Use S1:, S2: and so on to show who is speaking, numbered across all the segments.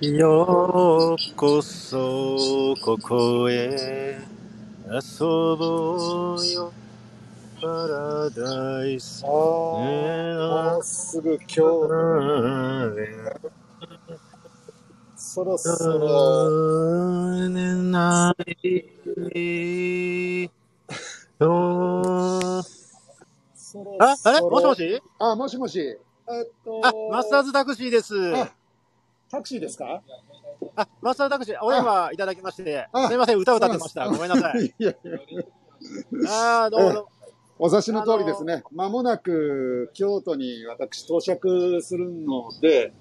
S1: ようこそここへ遊ぼうよパラダイスね
S2: あー
S1: え
S2: もうすぐ京都にそろそろそろ
S1: あ、あれ
S2: そ
S1: もしも
S2: ろ
S1: し
S2: あもしもしえっと
S1: あ、マスターズタクシーです。
S2: あタクシーですか
S1: あ、マスターズタクシー、お電話いただきまして、
S2: あ
S1: すみません、歌歌ってました。ごめんなさい。
S2: いやいや
S1: あー、どうもどうも。
S2: お察しの通りですねまもなく京都に私到着するので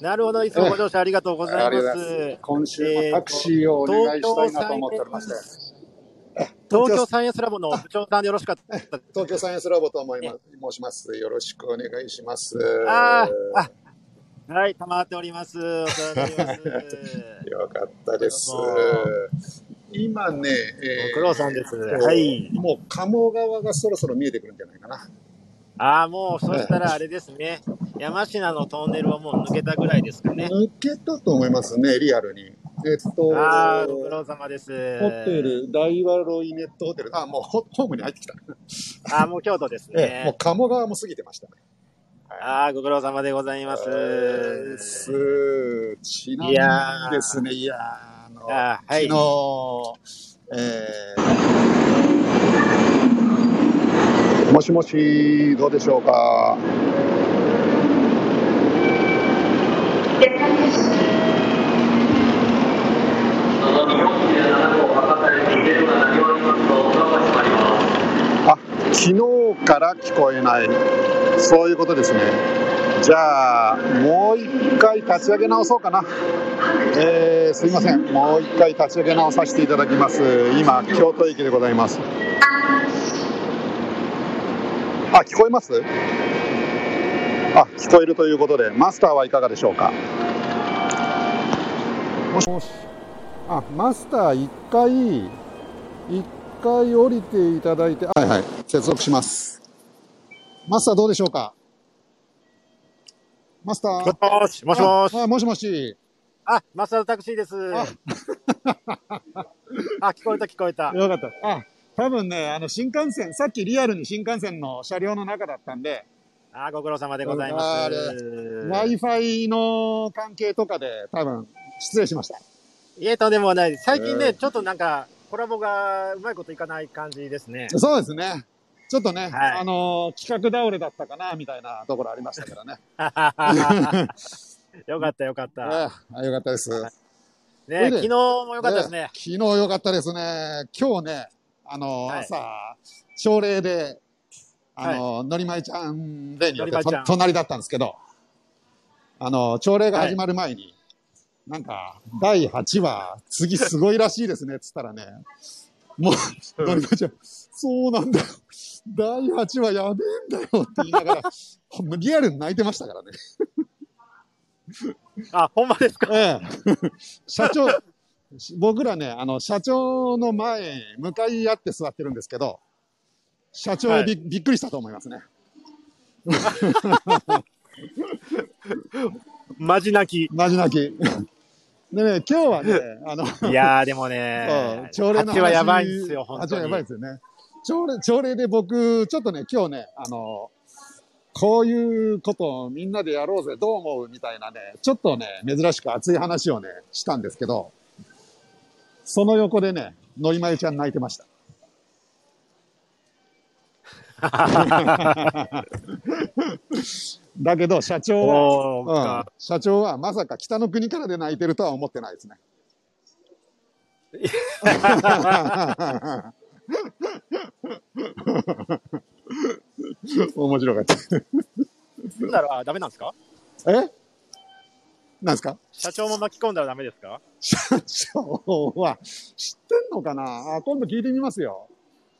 S1: なるほど、いつもご乗車ありがとうございま
S2: ありがとうござ
S1: す
S2: います。今週もタクシーをお願いしたいなと思っておりまして
S1: 東京サイエンスラボの部長さんでよろしかったです
S2: 東京サイエンスラボと思います申しますよろしくお願いします
S1: あーあ はい、賜っております。お世話になります。
S2: よかったです
S1: どう。
S2: 今ね、えー
S1: ご苦労さんです
S2: えー
S1: はい
S2: もう鴨川がそろそろ見えてくるんじゃないかな。
S1: ああ、もう、そしたらあれですね。山科のトンネルはもう抜けたぐらいですかね。
S2: 抜けたと思いますね、リアルに。えっと、
S1: ああ、ご苦労様です。
S2: ホテル、大和ロイネットホテル。あ、もうホホームに入ってきた。
S1: ああ、もう京都です
S2: ええもう
S1: ね。
S2: 鴨川も過ぎてましたね。
S1: ああ、ご苦労様でございます。
S2: えーすちなみ
S1: いやー
S2: にですね、いやーあの、
S1: あーはい
S2: 昨日、えーもしもし、どうでしょうか。あ、昨日から聞こえない。そういうことですね。じゃあ、もう一回立ち上げ直そうかな。えーすいません。もう一回立ち上げ直させていただきます。今、京都駅でございます。あ、聞こえますあ、聞こえるということで、マスターはいかがでしょうかもしもし。あ、マスター一回、一回降りていただいて、はいはい、接続します。マスターどうでしょうかマスター。
S1: もしもし、もしもし。
S2: ああもしもし。
S1: あ、マスターズタクシーです。
S2: あ
S1: あ、聞こえた聞こえた。
S2: よかった。あ、多分ね、あの、新幹線、さっきリアルに新幹線の車両の中だったんで、
S1: あ、ご苦労様でござい
S2: あ
S1: ま
S2: れ
S1: す。
S2: Wi-Fi の関係とかで、多分、失礼しました。
S1: いえ、とんでもないです。最近
S2: え
S1: ね、
S2: ー
S1: ちょっとなんか、コラボがうまいこといかない感じです ね。
S2: そうですね。ちょっとね、
S1: はい
S2: あの、企画倒れだったかな、みたいなところありましたからね。
S1: よかったよかった。
S2: ああ、よかったです。
S1: ね、
S2: そ
S1: 昨
S2: れで
S1: 日もよかったですね。
S2: 昨日よかったですね。今日ね、あの、
S1: はい
S2: 朝、朝礼で、あの、のりまいちゃん例によっ
S1: の
S2: て
S1: りまいちゃ
S2: と
S1: ん
S2: 隣だったんですけど、あの、朝礼が始まる前に、なんか、第8話、次すごいらしいですね、つったらね、もう、
S1: うん
S2: のりまいちゃん、そうなんだよ。第8話やべえんだよって言いな がら、ほんまリアルに泣いてましたからね。
S1: あ、ほんまですか。
S2: ええ、社長、し僕らね、あの、社長の前、向かい合って座ってるんですけど、社長
S1: はい
S2: び,、びっくりしたと思いますね。
S1: マジ泣
S2: マジ泣き。でね、今日はね、あの、
S1: き。いやー、でも
S2: そう
S1: ね、
S2: 朝礼の話
S1: 蜂はやばいんですよ、本
S2: 蜂
S1: 当
S2: はやばい
S1: に
S2: で。すよね。朝礼、朝礼で僕、ちょっとね、今日ね、あの、こういうことをみんなでやろうぜ、どう思うみたいなね、ちょっとね、珍しく熱い話をね、したんですけど、その横でね、のりまゆちゃん泣いてました。だけど、社長は、
S1: おー
S2: うん、社長はまさか北の国からで泣いてるとは思ってないですね。面白かった。
S1: 組んだらダメなんですか
S2: えなんですか
S1: 社長も巻き込んだらダメですか
S2: 社長は知ってんのかなあ今度聞いてみますよ。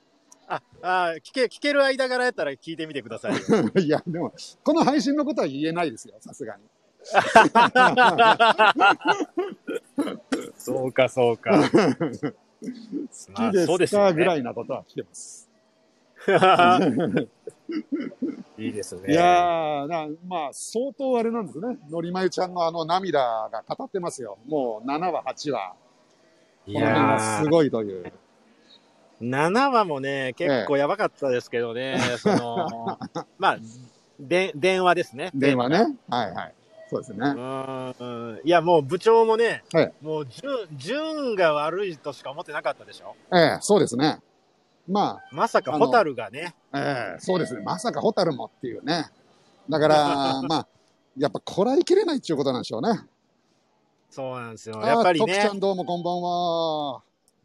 S1: あ、あー聞け、聞ける間柄やったら聞いてみてくだ さいよ。
S2: いや、でも、この配信のことは言えないですよ、さすがに。
S1: そうか、そうか。
S2: 好きですかぐらいなことは聞けます。
S1: いいですね。
S2: いやーなまあ、相当あれなんですね。のりまゆちゃんのあの涙が語ってますよ。もう7話、8話。
S1: い
S2: この辺
S1: や
S2: が
S1: ー
S2: すごいという。
S1: 7話もね、結構やばかったですけどね、そ の、まあ、で、電話ですね。
S2: 電話ね。はいはい。そうですね
S1: う。ーん。いや、もう部長もね、
S2: はい
S1: もう、じゅん、じゅんが悪いとしか思ってなかったでしょ
S2: ええそうですね。ま
S1: まさか、
S2: あの
S1: ホタルがね、
S2: あ、ええそうですね。まさかホタルもっていうね。だから、まあ、やっぱこらえきれないっていうことなんでしょうね。
S1: そうなんですよ。
S2: あ
S1: やっぱり
S2: あ徳ち
S1: ね
S2: ゃん、どうもこんばんは。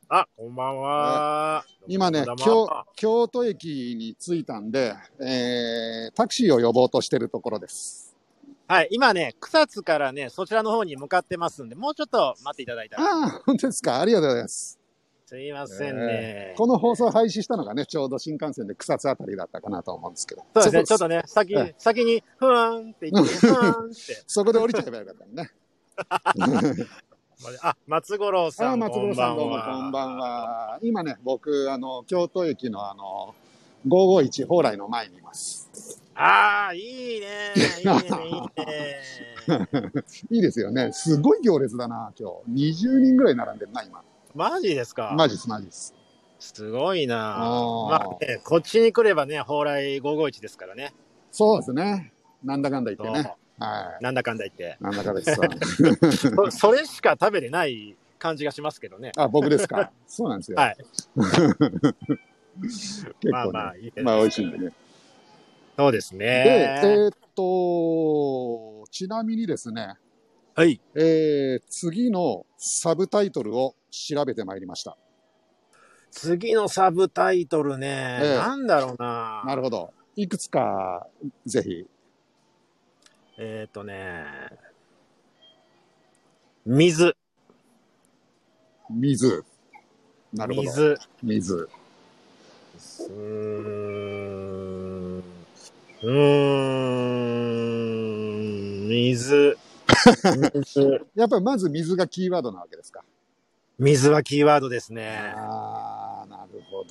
S1: あ、こんばんは。
S2: 今ね
S1: どうも
S2: 京、京都駅に着いたんで、ええタクシーを呼ぼうとしてるところです。
S1: はい、今ね、草津からね、そちらの方に向かってますんで、もうちょっと待っていただいたら。
S2: ああ、本当ですか。ありがとうございます。
S1: すいませんね。
S2: この放送廃止したのがね、ちょうど新幹線で草津あたりだったかなと思うんですけど。
S1: そうですね、ちょっ
S2: そ
S1: とね、先
S2: え
S1: に、先に、ふわーんって言 って、ふわーんって。
S2: そこで降りちゃえばよかったのね。
S1: あ、松五郎
S2: あ
S1: さ
S2: あ、
S1: ん、
S2: 松本さんどうもこんばん。は。今ね、僕、あの、京都駅のあの、551蓬莱の前にいます。
S1: ああ、いいね、 いいね、いいね。
S2: いいですよね。すごい行列だな、今日。20人ぐらい並んでるな、今。
S1: マジですか
S2: マジです、マジです。
S1: すごいな
S2: あ
S1: まあ、ね、こっちに来ればね、蓬莱551ですからね。
S2: そうですね。なんだかんだ言ってね。
S1: そ
S2: は
S1: うなんだかんだ言って。
S2: い。なんだかんだ言ってた
S1: そそれしか食べれない感じがしますけどね。
S2: あ、僕ですか。そうなんですよ。
S1: はい。
S2: 結
S1: まあ
S2: 構
S1: ま
S2: ね。
S1: あ、いい
S2: まあ、美味しいんでね。
S1: そうです
S2: で、え
S1: ね。
S2: ーっと、ちなみにですね、
S1: はい。
S2: えー次のサブタイトルを調べてまいりました。
S1: 次のサブタイトルね、
S2: ええ
S1: なんだろうな
S2: なるほど。いくつか、ぜひ。
S1: えーっ、とね、水。
S2: 水。なるほど。
S1: 水。う
S2: 水。
S1: ーん。うーん。水。水。
S2: やっぱりまず水がキーワードなわけですか。
S1: 水はキーワードですね。
S2: あー、なるほ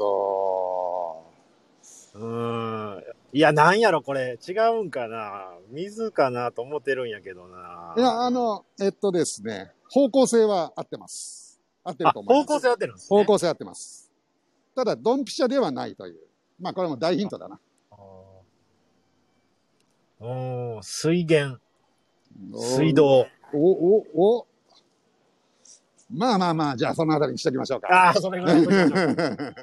S2: ど。
S1: うーん。いや、なんやろ、これ。違うんかな。水かなと思ってるんやけどな。
S2: いや、あの、えっとですね、方向性は合ってます。合って
S1: あ、
S2: ると思いま
S1: 方
S2: す。
S1: 向性合ってるんです、ね。
S2: 方向性合ってます。ただ、ドンピシャではないという。まあ、これも大ヒントだな。
S1: おー水源、水道。
S2: お、お、お。まあまあまあ、じゃあそのあたりにしときましょうか。
S1: ああ、それぐらいの時でしょう。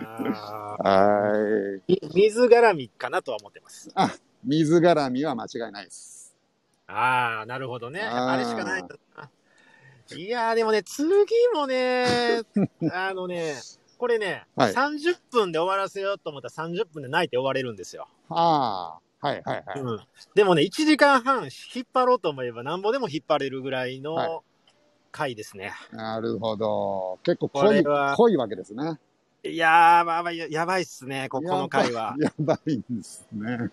S1: あー
S2: はい。
S1: み水絡みかなとは思ってます。
S2: 水絡みは間違いないです。
S1: ああ、なるほどね。
S2: あー
S1: あれしかないな。いやー、でもね、次も ね、あのね、これね、
S2: はい
S1: 30分で終わらせようと思ったら30分で泣いて終われるんですよ。
S2: ああ、はいはいはい。
S1: うん、でもね、1時間半引っ張ろうと思えばなんぼでも引っ張れるぐらい
S2: はい
S1: の回ですね。
S2: なるほど。結構
S1: こ
S2: 濃
S1: れ
S2: い、
S1: は
S2: 濃いわけですね。
S1: いやー、まあまあ、ややばいっすね、ここの回は。
S2: やばいんですね。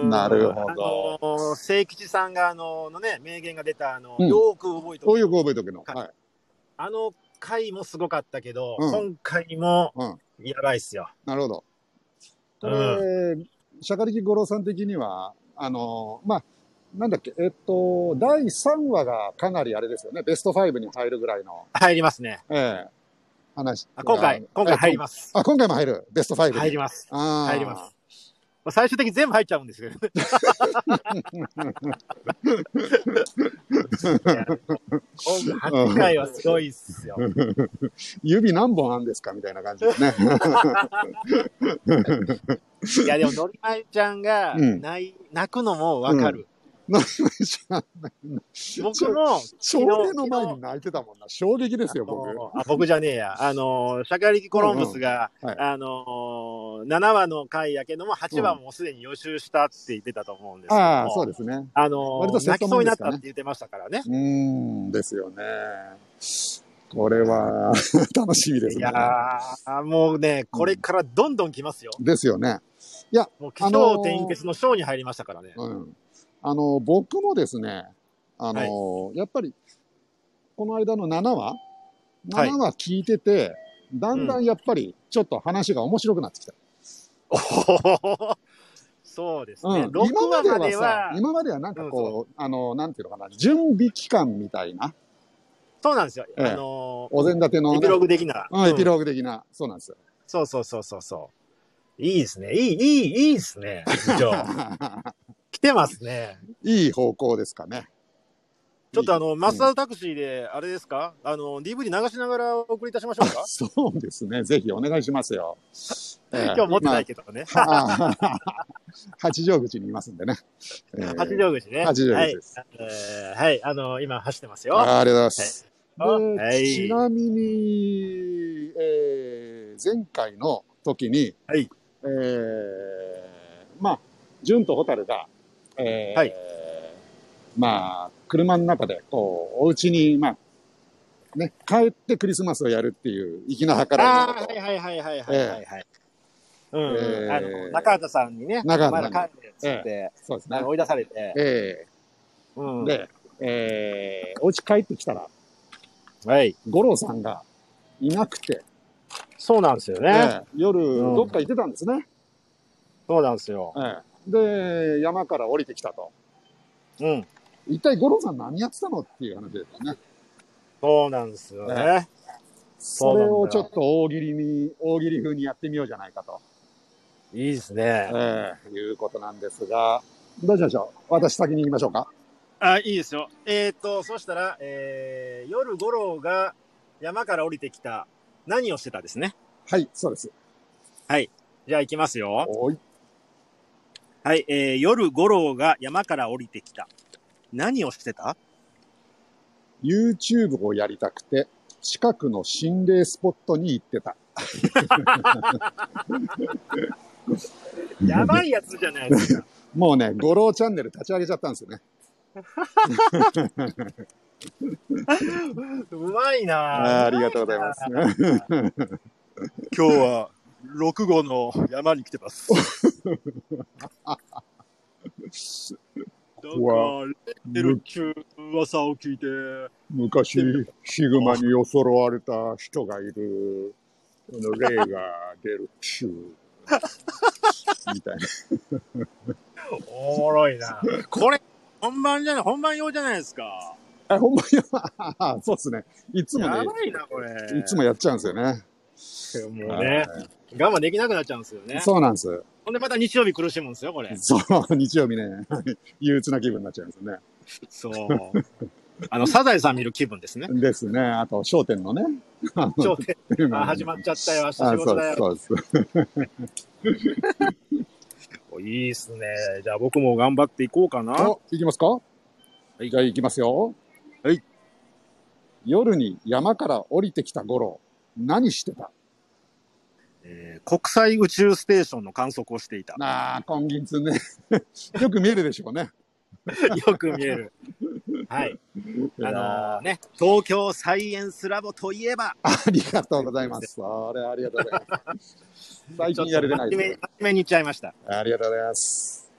S1: うん
S2: なるほど。
S1: あのー、聖吉さんが、あのーのね、名言が出た、あのー、
S2: うん
S1: よーく覚えて
S2: こ
S1: お
S2: う
S1: く
S2: いう覚えとくの。はい。
S1: あの回もすごかったけど、
S2: うん
S1: 今回も
S2: うん。
S1: やばいっすよ。
S2: なるほど。こ
S1: うん
S2: れ、シャカリキ五郎さん的には、あの、まあ、なんだっけ、えっと、第3話がかなりあれですよね。ベスト5に入るぐらいの。
S1: 入りますね。
S2: ええ話。
S1: あ今回、今回入ります。
S2: す。あ、今回も入る。ベスト5に。
S1: 入ります。
S2: あー
S1: 入ります。まあ最終的に全部入っちゃうんですけどね。いや今回8回はすごいっすよ。
S2: 指何本あんですかみたいな感じですね。
S1: いや、でも、のりまゆちゃんが
S2: うん
S1: 泣い、泣くのもわかる。 僕も、
S2: 少年の前に泣いてたもんな。衝撃ですよ、僕。
S1: あ僕じゃねえや。あのー、シャカリキコロンブスが、
S2: うんうんはい
S1: あのー、7話の回やけども、8話もすでに予習したって言ってたと思うんですけども、
S2: ああ、そうですね。
S1: あの
S2: 割と
S1: ー、
S2: セッ
S1: 泣
S2: ト
S1: きそ
S2: もん
S1: うになっ
S2: ですか
S1: た
S2: ね
S1: って言ってましたからね。
S2: うーん、ですよね。これは、 楽しみです
S1: い
S2: ね
S1: や。ー、もうね、これからどんどん来ますよ。
S2: ですよね。
S1: もう、気
S2: あのー
S1: 象転結の章に入りましたからね。
S2: うん。あの、僕もですね、あの、やっぱり、この間の7話、
S1: はい
S2: 7話聞いてて、だんだんやっぱり、ちょっと話が面白くなってきた。
S1: おー そうですね。
S2: うん、
S1: 6
S2: 今ま
S1: 話
S2: で
S1: ま
S2: は
S1: では
S2: さ、今まではなんかこう、あの、なんていうのかな、準備期間みたいな、
S1: そうなんですよ。
S2: ええ
S1: あの
S2: お膳立ての、
S1: ー、
S2: ね、
S1: エピローグ的な。
S2: うん、エピ
S1: ーグ。
S2: ローグ的な、そうなんですよ。
S1: そうそうそうそうそう。いいですね。いい、いい、いいですね。部 長来てますね。
S2: いい方向ですかね。
S1: ちょっとあの、マスター
S2: ー
S1: ズタクシーで、あれですかあの、DVD 流 しながらお送りいたしましょうか
S2: そうですね。ぜひお願いしますよ。
S1: 今日持ってない
S2: け
S1: けどね。
S2: ど。まあ 八丈口にいますんでね。えー
S1: 八丈口ね。
S2: 八丈口です
S1: はい。えーはい、あの、今走ってますよ。
S2: あありがとうございます。で
S1: はい
S2: ちなみに、えー前回の時に、
S1: はい
S2: えーまあ、純と蛍が、えー
S1: はい
S2: まあ、車の中で、こう、お家に、まあ、ね、帰ってクリスマスをやるっていう、粋な計らいの
S1: あ
S2: こ
S1: あ、
S2: と
S1: はいはいはいはいはいはいはい。うんうん、
S2: えー
S1: あの、中畑さんにね、
S2: 中畑さん
S1: ま
S2: に
S1: だ帰るっつって、
S2: そうです
S1: あ
S2: ね
S1: の。追い出されて、
S2: え
S1: う
S2: ー
S1: ん、
S2: で、えーお家帰ってきたら、
S1: はい。
S2: 五郎さんがいなくて、
S1: そうなんですよね。
S2: えー夜、
S1: うん
S2: どっか行ってたんですね。
S1: そうなんですよ。
S2: ええで、山から降りてきたと。
S1: うん。
S2: 一体五郎さん何やってたのっていう話ですよね。
S1: そうなんですよね。そ
S2: それ
S1: うな
S2: を
S1: んだ
S2: ちょっと大喜利に、大喜利風にやってみようじゃないかと、
S1: いいですね。
S2: ええいうことなんですが、どうしましょう私先に行きましょうか。
S1: あ、いいですよ。えーっと、そしたら、えー、夜五郎が山から降りてきた、何をしてたですね。
S2: はい、そうです。
S1: じゃあ行きますよ。
S2: おい。
S1: はい、えー、夜五郎が山から降りてきた。何をしてた
S2: YouTube をやりたくて、近くの心霊スポットに行ってた。
S1: やばいやつじゃないですか。
S2: もうね、五郎チャンネル立ち上げちゃったんですよね。
S1: うまいな
S2: あーありがとうございます
S1: うまいなぁ今日は6号の山に来てます。だ
S2: うわ
S1: てるっちゅう噂を聞いて、
S2: 昔、ヒグマによそろわれた人がいる、あの霊が出るっちゅう、みたいな。
S1: おもろいなこれ、本番じゃない、本番用じゃないですか。
S2: あ、ほんまに、ああそうですね。いつも
S1: やば
S2: ね、
S1: いな、これ。
S2: いつもやっちゃうんですよね。
S1: もうね、我慢できなくなっちゃうんですよね。
S2: そうなんです。
S1: ほんでまた日曜日苦しむんですよ、これ。
S2: そう、日曜日ね、 憂鬱な気分になっちゃうんですよね。
S1: そう。あの、サザエさん見る気分ですね。
S2: ですね。あと、商店のね。
S1: 頂点あ始まっちゃったよ、明日仕事だ
S2: あ
S1: よ。
S2: そうです、そうです。
S1: いいっすね。じゃあ僕も頑張っていこうかな。
S2: お、行きますかはい。じゃあ行きますよ。
S1: はい。
S2: 夜に山から降りてきた五郎、何してた
S1: えー国際宇宙ステーションの観測をして いた。
S2: ああ、金銀通ね。 よく見えるでしょうね。
S1: よく見える。はい。あのーね、東京サイエンスラボといえば、
S2: ありがとうございます。それ、ありがとうござい ます。最近やれてない
S1: ちょっと真面目
S2: で
S1: に
S2: す
S1: 真面目に言っちゃいました。
S2: ありがとうございます。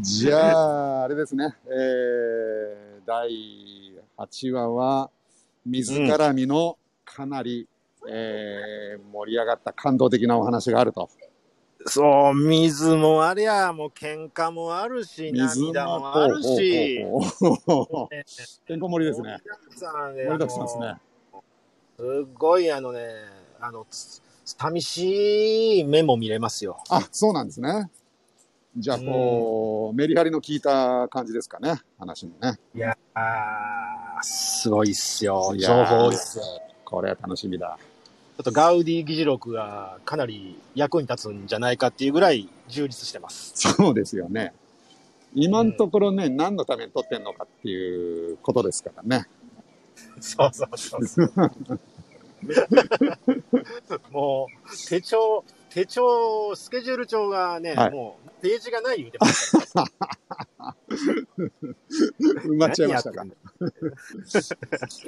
S2: じゃあ、あれですね。えー、第8話は、水絡みのかなり、えー盛り上がった感動的なお話があると。
S1: そう、水もありゃ、もう喧嘩もあるし、
S2: 水
S1: 涙もあるし。
S2: ほうほうほうほう
S1: ね
S2: てんこ盛りです
S1: 盛
S2: ね。
S1: りだくさんで
S2: 盛りだくさんです
S1: あ
S2: ね。
S1: のすっごいあのね、あの、つ寂しい目も見れますよ。
S2: あ、そうなんですね。じゃあ、こう、メリハリの効いた感じですかね。話もね。
S1: いやー、すごいっすよ。
S2: い
S1: 情
S2: やー
S1: 報多いっすよ。
S2: これは楽しみだ。
S1: ちょっとガウディ議事録がかなり役に立つんじゃないかっていうぐらい充実してます。
S2: そうですよね。今のところね、何のために撮ってんのかっていうことですからね。
S1: そうそうそうそう。 もう、手帳、手帳、スケジュール帳がね、
S2: はい
S1: もう、ページがない言うてます。
S2: 埋まっちゃいましたか
S1: 何や。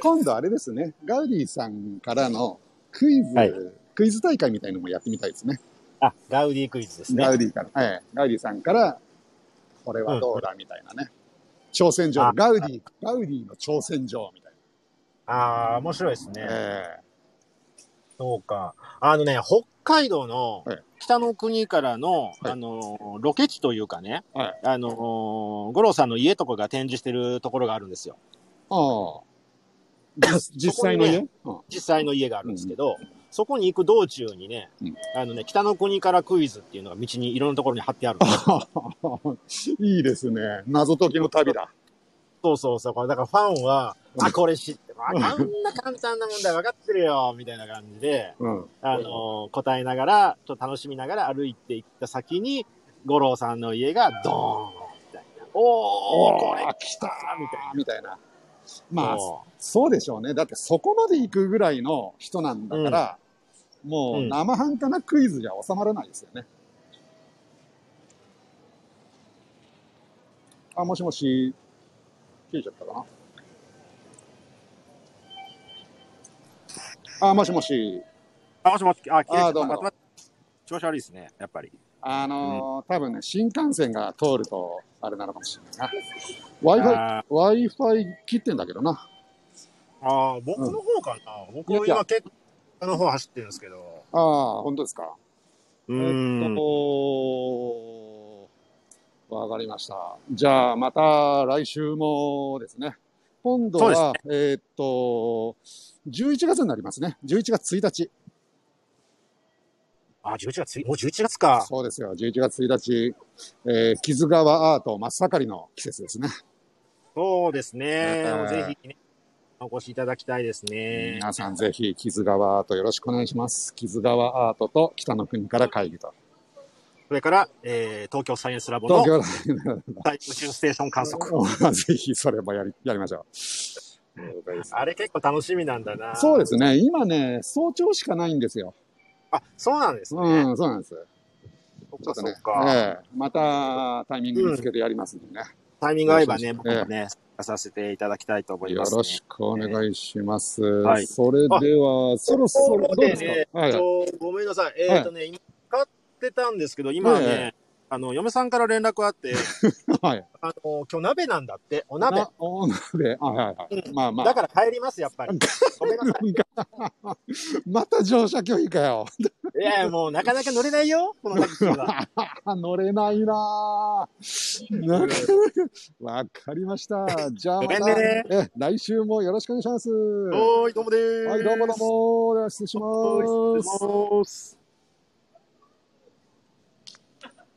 S2: 今度あれですね、ガウディさんからのクイズ、
S1: はい
S2: クイズ大会みたいのもやってみたいですね。
S1: あ、ガウディクイズですね
S2: ガ。ウディから、ええガウディさんから、これはどうだみたいなね。挑戦状、
S1: あ
S2: ガウディ、ガウディの挑戦状みたい
S1: ああ、面白いですね。
S2: な。ええ
S1: そうか。あのね、北海道の
S2: はい
S1: 北の国からの、
S2: はい
S1: あの、ロケ地というかね、
S2: はい
S1: あの、五郎さんの家とかが展示してるところがあるんですよ。
S2: ああ。じ実際の家、うん
S1: 実際の家があるんですけど、そこに行く道中にね、
S2: うん
S1: あのね、北の国からクイズっていうのが道にいろんなところに貼ってあるんですよ
S2: いいですね。謎解きの旅だ。
S1: そうそうそう。これだからファンは、あ、これ知ってる、ああんな簡単なもんだ、分かってるよ、みたいな感じで、
S2: うん。
S1: あの、答えながら、ちょっと楽しみながら歩いていった先に、五郎さんの家がドーンみたいな。おー、
S2: お
S1: これ
S2: ー、来たーみたいな。みたいな。まあ、
S1: も
S2: そうでしょうね。だってそこまで行くぐらいの人なんだから、もう
S1: うん
S2: 生半可なクイズじゃ収まらないですよね。あ、もしもし、切れちゃったかな。あ、もしもし、
S1: うあ、もしもし、あ、切れちゃ
S2: あ
S1: っ
S2: どう
S1: た。
S2: も
S1: また調子悪いですね、やっぱり。
S2: あのー多分ね、新幹線が通ると、あれなのかもしれないな。Wi-Fi、
S1: あ
S2: Wi-Fi 切ってんだけどな。
S1: ーあー、僕の方かな。僕
S2: いやいや
S1: 今結構、あの方走ってるんですけど。
S2: ああ、本当ですか。
S1: う
S2: えっ
S1: ーん。
S2: と、わかりました。じゃあ、また来週もですね。今度は、えっと、11月になりますね。11月1日。
S1: あ、11月、もう11月か。
S2: そうですよ。11月1日、えー、木津川アート真っ盛りの季節ですね。
S1: そうですね。
S2: ね
S1: もうぜひ、ね、お越しいただきたいですね。
S2: 皆さんぜひ、木津川アートよろしくお願いします。木津川アートと北の国から会議と。
S1: それから、えー、東京サイエンスラボの
S2: 東
S1: はい
S2: 京
S1: 宇宙ステーション観測。
S2: だ。ぜひ、それもやり、やりましょう。
S1: あれ結構楽しみなんだな。。
S2: そうですすね。今ね、早朝しかないんですよ。
S1: あ、そうなんですね。
S2: うん、そうなんです。ち
S1: そっ
S2: ょ
S1: か
S2: っと
S1: そ
S2: ね
S1: っ、か。
S2: ええまたタイミング見つけてやりますんでね。
S1: タイミング合えば
S2: ええ
S1: ね、僕もね、させていただきたいと思い
S2: よ
S1: ます、
S2: ろしくお願いします。
S1: はい
S2: それでは、そろそろどう
S1: で
S2: ですか、
S1: ね、
S2: はい
S1: えっとごめんなさい。えっとね、今買ってたんですけど、今
S2: え
S1: ね、あの、嫁さんから連絡あって、
S2: はい。
S1: あの、今日鍋なんだって、お鍋。
S2: なお鍋。はいはいはい。まあまあ。
S1: だから帰ります、やっぱり。ごめんなさ
S2: また乗車拒否かよ。
S1: い。いやいや、もうなかなか乗れないよ、このタクシー は。
S2: 乗れないなぁ。なかなかわかりました。じゃあま
S1: ご
S2: た、
S1: めんね
S2: え来週もよろしくお願いします。は
S1: おーい、どうもでーす。
S2: い、どうもどうも。では失礼します。
S1: 失礼します。